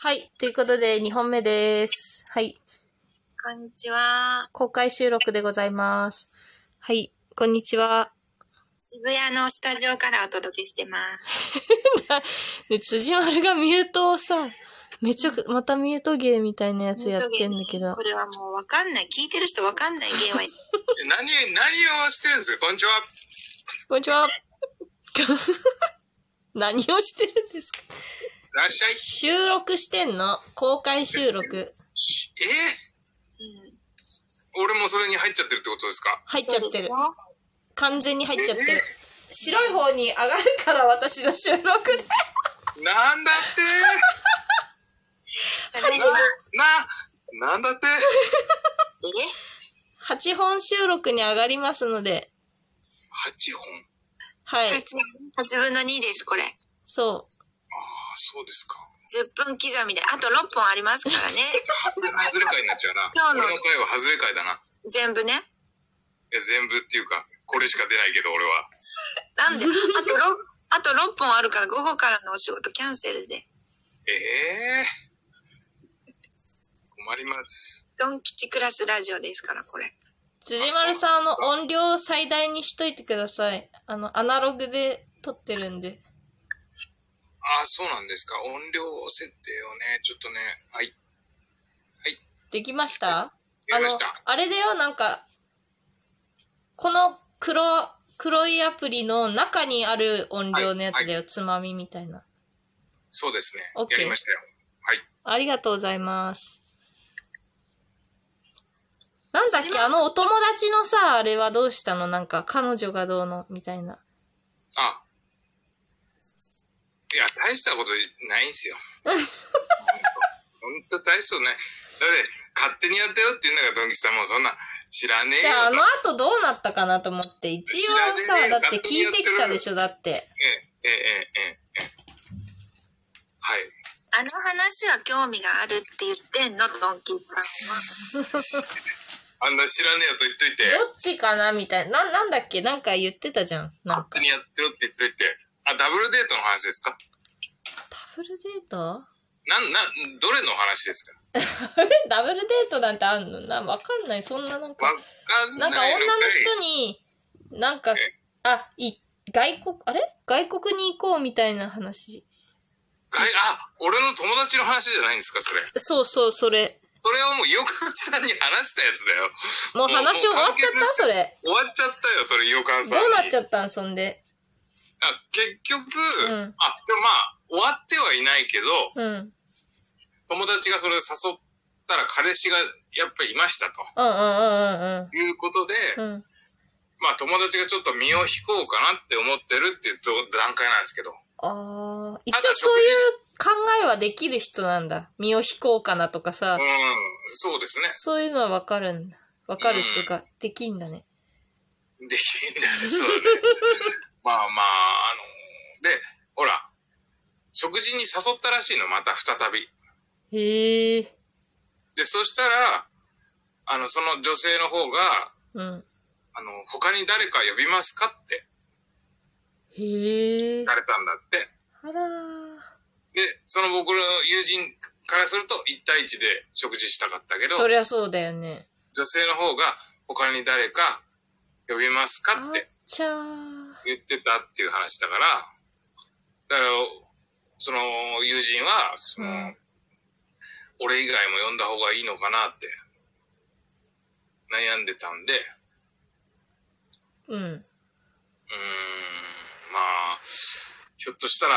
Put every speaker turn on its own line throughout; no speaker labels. はい。ということで、2本目です。はい。
こんにちは。
公開収録でございます。はい。こんにちは。
渋谷のスタジオからお届けしてます。
で、辻丸がミュートをさ、めちゃく、またミュートゲーみたいなやつやってんだけど
こ。れはもうわかんない。聞いてる人わかんない芸は。
何、何をしてるんですかこんにちは。
こんにちは。 何をしてるんですか
いらっしゃい。
収録してんの。公開収録。
え
うん。
ー俺もそれに入っちゃってるってことですか
入っちゃってる。
そう
完全に入っちゃってる。白い方に上がるから私の収録で。
なんだって
ですよ それでは、
な、なんだって
え
8本収録に上がりますので。
?8 本
はい。
8, 8分の2です、これ。
そう。
あ、そうですか。
10分刻みで。あと6本ありますか らね。
外れ会になっちゃうな。
今日の
俺の会は外れ会だな。
全部ね。
いや全部っていうか、これしか出ないけど俺は。
なんで、あと6、あと6本あるから午後からのお仕事キャンセルで。
ええ困ります。
ドン吉クラスラジオですから、これ。
辻丸さん、あの、音量を最大にしといてください。あの、アナログで撮ってるんで。
あ、そうなんですか。音量設定をね、ちょっとね、はい、
できました
やりました。
あの、あれだよ、なんか、この黒、黒いアプリの中にある音量のやつだよ、
はい
つまみみたいな。
そうですね。
OK
やりましたよ。はい。
ありがとうございます。なんだっけ、あの、お友達のさ、あれはどうしたのなんか、彼女がどうのみたいな。
あ。いや、大したことない んですよ。本当大したことない。だって、勝手にやったよって言うんだから、ドンキさんもそんな、知らねえ
じゃあ、あ
よ
の
と。
後どうなったかなと思って、一応さ
知らねえ、よ
だって聞いてきたでしょ、だって。
ええ、ええ、ええ、ええ。はい。
あの話は興味があるって言ってんの、ドンキさ
あんな知らねえよと言っといて、
どっちかなみたいな。な、なんだっけなんか言ってたじゃん。なん
勝
か
手。にやってろって言っといて。あ、ダブルデートの話ですか
ダブルデート
なん、なん、どれの話ですか
あれダブルデートなんてあんのな、わかんない。そんななんか
わ、かん
な
な
いんか
い
女の人に、なんか
え、
あ、い、外国、あれ外国に行こうみたいな話。
がいあ、俺の友達の話じゃないんですか、それ。
そうそう、それ。
それをもう、よくさんに話したやつだよ。
もう話終わっちゃっ
もうもう完結
たそれ。
終わっちゃったよ、それ、予感
ど
さんに。
うなっちゃったんそんで。
あ結局、
うん
あ、でもまあ、終わってはいないけど、
うん。うん
友達がそれを誘ったら彼氏がやっぱりいましたと
うんうんうん
いうことで、
うん。うん。
まあ友達がちょっと身を引こうかなって思ってるっていうと段階なんですけど、
ああ、一応そういう考えはできる人なんだ。身を引こうかなとかさ。
うん、そうですね。
そういうのはわかるんだ。わかるっていうか、できんだね。
できんだね、そうだね。まあまあ、あので、ほら、食事に誘ったらしいの、また再び。
へえ。
で、そしたら、あの、その女性の方が、
うん。
あの、他に誰か呼びますかって
へえ
聞。かれたんだって。
あらー。
で、その僕の友人からすると1対1で食事したかったけど、
そりゃそうだよね。
女性の方が他に誰か呼びますか
あ
っ
ってちゃー。
言ってたっていう話だから、だから、その友人は、その、
うん
俺以外も呼んだ方がいいのかなって悩んでたんで、う
うん。
ーん、まあ、ひょっとしたら、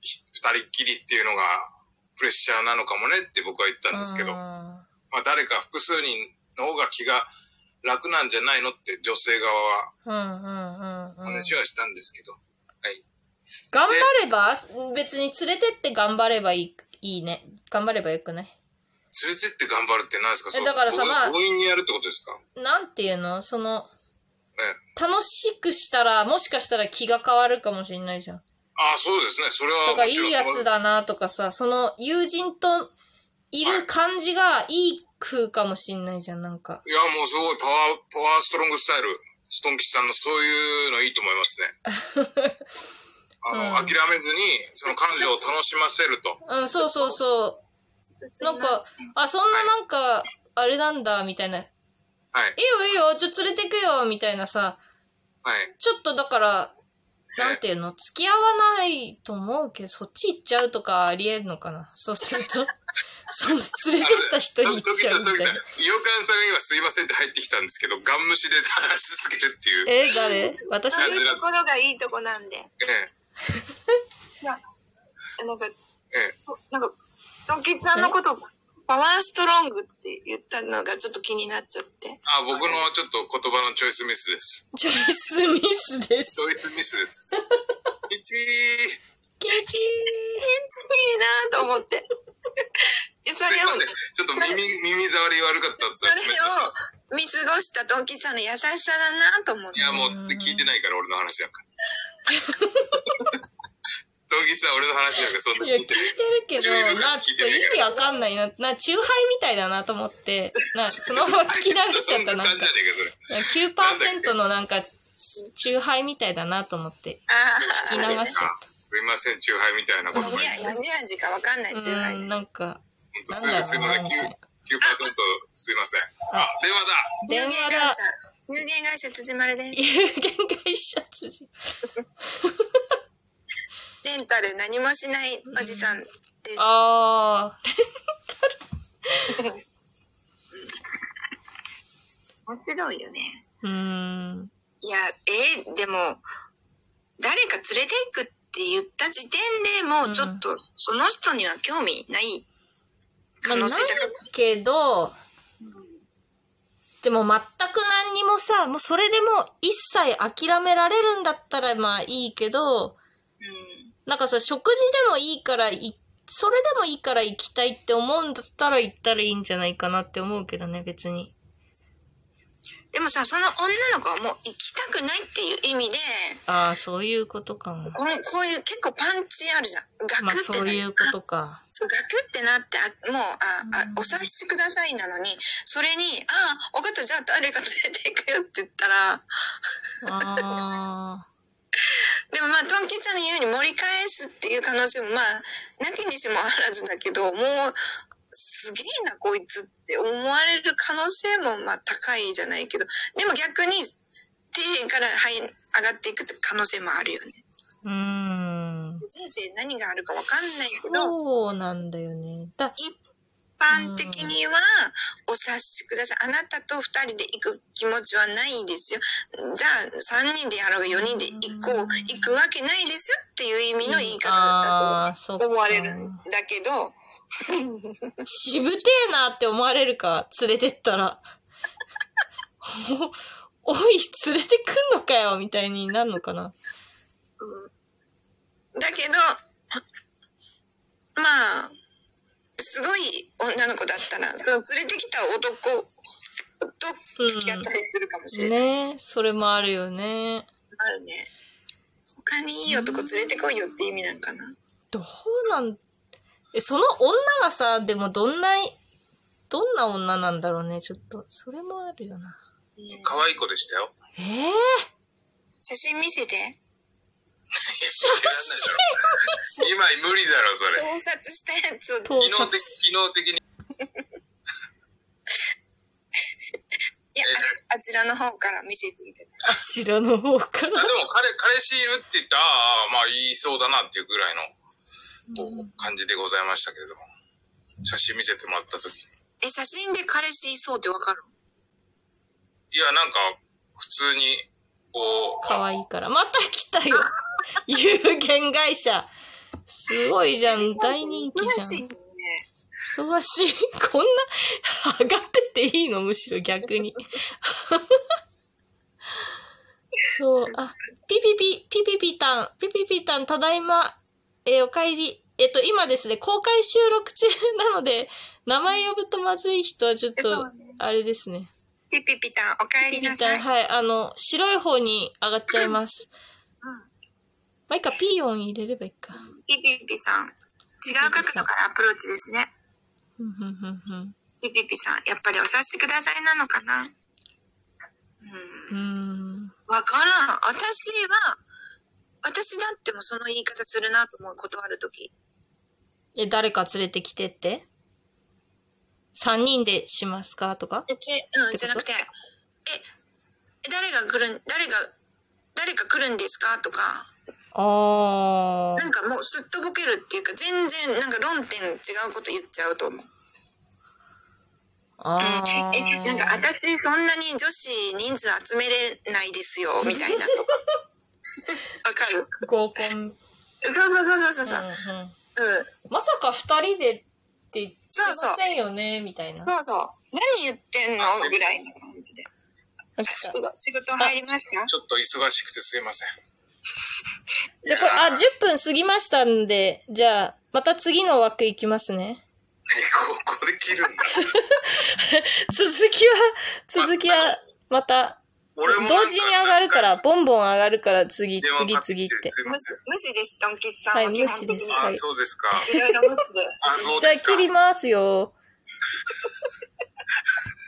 ひ二人っきりっていうのがプレッシャーなのかもねって僕は言ったんですけど、
あ
まあ、誰か複数人の方が気が楽なんじゃないのって女性側は
ーうんうんうんうん。
話はしたんですけど、はい。
頑張れば、別に連れてって頑張ればいいいいね。頑張ればよくない
連れてって頑張るって何ですか
えだからさ
そう
まあ
強引にやるってことですかね。
なんていうのその、楽しくしたら、もしかしたら気が変わるかもしれないじゃん。
ああ、そうですね。それは
とか、いいやつ
だ。
だなとかさ、その友人といる感じがいい風かもしんないじゃん、なんか。
いや、もうすごいパワー、パワーストロングスタイル。ストンキさんのそういうのいいと思いますね。あの、
うん
諦めずに、その彼女を楽しませると。
うん、そうそうそう。なんか、あ、そんななんか、あれなんだ、みたいな。いい
はい。
よいいよ、ちょっと連れてくよ、みたいなさ。
はい。
ちょっとだから、
え
なんていうの付き合わないと思うけど、そっち行っちゃうとかあり得るのかなそうす ると、その連れてった人に行っ
ドキ
ち
ド
ゃ
キ
うみたいな
ド。キドキイオカンさんが今すいませんって入ってきたんですけど、ガン無視で話し続けるっていう。え
え、誰私
そういうところがいいとこなんで。
え。
なんか、
ええ。
なんか、ドンキさんのこと、パワーストロングって言ったのがちょっと気になっちゃって。
あ、僕のちょっと言葉のチョイスミスです。
ジョイス・ミスです
チ。ョイスミスです。きち
ケチ
いいなと 思って。でそ
ー。すい
れ
ま
を
せん。、ちょっと耳、耳障り悪かったっ
そ
す
れを見過ごしたドンキさんの優しさだなと思って
い。や、もう聞いてないから、俺の話なんか。ドンキさん、俺の話なんか、そん
ー
ない
や、聞
聞
いて
いて
る
ない。
けど、な、ちょっと意味わかんないな。な、チューハイみたいだなと思って、な、そのまま聞き流しちゃった、なんか。9%のなんか、チューハイみたいだなと思って、
あ
聞き
ー
流
いや、
しちゃっ
すいません、チューハイみたいなこと
何
ない。
味何味かわかんない中
た。う
華
ん、なんか、
ほんとすいません、9%すいません。あ、電話だ
電
有
話
限
が
会社、有限会社辻丸です。
有限会社辻。
レンタル何もしないおじさんです。
ああ、
面白いよね。
うーん。
いや、えーでも、誰か連れて行くって言った時点でもうちょっと、その人には興味ない可
ま
能
あ、な
性
い
高い。
けど、でも全く何にもさ、もうそれでもう一切諦められるんだったらまあいいけど、
うん
なんかさ、食事でもいいからい、それでもいいから行きたいって思うんだったら行ったらいいんじゃないかなって思うけどね、別に。
でもさ、その女の子はもう行きたくないっていう意味で、
ああ、そういうことかも。
このこういう結構パンチあるじゃん。
ま
ガ
あ
クってな、
そういうことか。
そうガクってなって、あもう、あ、あ
うん、
お察しくださいなのに、それに、あ、分かった、じゃあ誰か連れて行くよって言ったら、
ああ。
でもまあ、トンキちゃんの言うように盛り返すっていう可能性もまあ、なきにしもあらずだけど、もう、すげえな、こいつって思われる可能性もまあ高いじゃないけど、でも逆に、底辺から、はい、上がっていくって可能性もあるよね。
うーん。
人生何があるかわかんないけど、
そうなんだよね。だ、
一般的には、お察しください。あなたと二人で行く気持ちはないですよ。じゃあ、三人でやろう、四人で行こう、行くわけないですよっていう意味の言い方だと
ああ、そう
思われるんだけど、
しぶてえなって思われるか、連れてったら。 おおい、連れてくんのかよ、みたいになるのかな。
だけど、まあ、すごい女の子だったら、連れてきた男と付き合ったりするかもしれない。
ねえ、それもあるよね。
あるね。他にいい男連れてこいよって意味なんかな。
どうなん、え、その女がさ、でもどんな、どんな女なんだろうね、ちょっと。それもあるよな。
可愛い子でしたよ。
ええ
写真見せて。
今無理だろ、それ。
盗撮したやつを。
盗
機能
撮
的、。機能的に。
いや、ああちらの方から見せていただい
あちらの方から。
あでも彼、彼氏いるって言ったら、ああ、まあ、言いそうだなっていうぐらいのこう感じでございましたけれども。写真見せてもらった時に。
てえ、写真で彼氏いそうってわかる
いや、なんか、普通に、こう、
可愛いから。また来たよ。有限会社。すごいじゃん。大人気
忙し
じ
い
ゃ
よ
ん
ね。。
忙しい。 こんな、上がってっていいのむしろ逆に。 そう。あ、ピピピ、ピピピタン、ピピピタン、ただいま。えーお帰り。えっと、今ですね、公開収録中なので、名前呼ぶとまずい人はちょっ
そ
と
う、
あれですね。
ピピピタン、お帰りなさい。
はい、あの、白い方に上がっちゃいます。まあ、いいか、ピー音入れればいいか。
ピピピさん。違う角度からアプローチですね。
ふんふんふんふん
ピピピさん。やっぱりお察しくださいなのかなう
うー
ん。
ん。
わからん。私は、私だってもその言い方するなと思う、断るとき。
え、誰か連れてきてって三人でしますかとか
でうん、じゃなくて、え、誰が来るん、誰が、誰か来るんですかとか、
あ
なんかもうすっとぼけるっていうか、全然なんか論点違うこと言っちゃうと思う。
あ。ああ。
え、なんか私そんなに女子人数集めれないですよ、みたいな。わかる。
合コン。うんうん
そうそうそうそう。うん。
まさか二人でって言って
そうそう
ませんよねみたいな。
そうそう。何言ってんのぐらいの感じで。
なんか
仕事仕事入りました
ちょっと忙しくてすいません。
じゃあこれ、あ、10分過ぎましたんで、じゃあ、また次の枠いきますね。
ここで切るんだ。
続きは、続きは、また、同
俺もなんか
時に上がるから、ボンボン上がるから、次、
電話
次
か、
次っ
かき
て
す。いま
無視
せん
無視です、ドンキッさんは
はい
基
無
本的
視です
に。
はい
あ、そうですか。あ、
いろいろ無視で。
そう
じゃあ、
ですか。
切りますよ。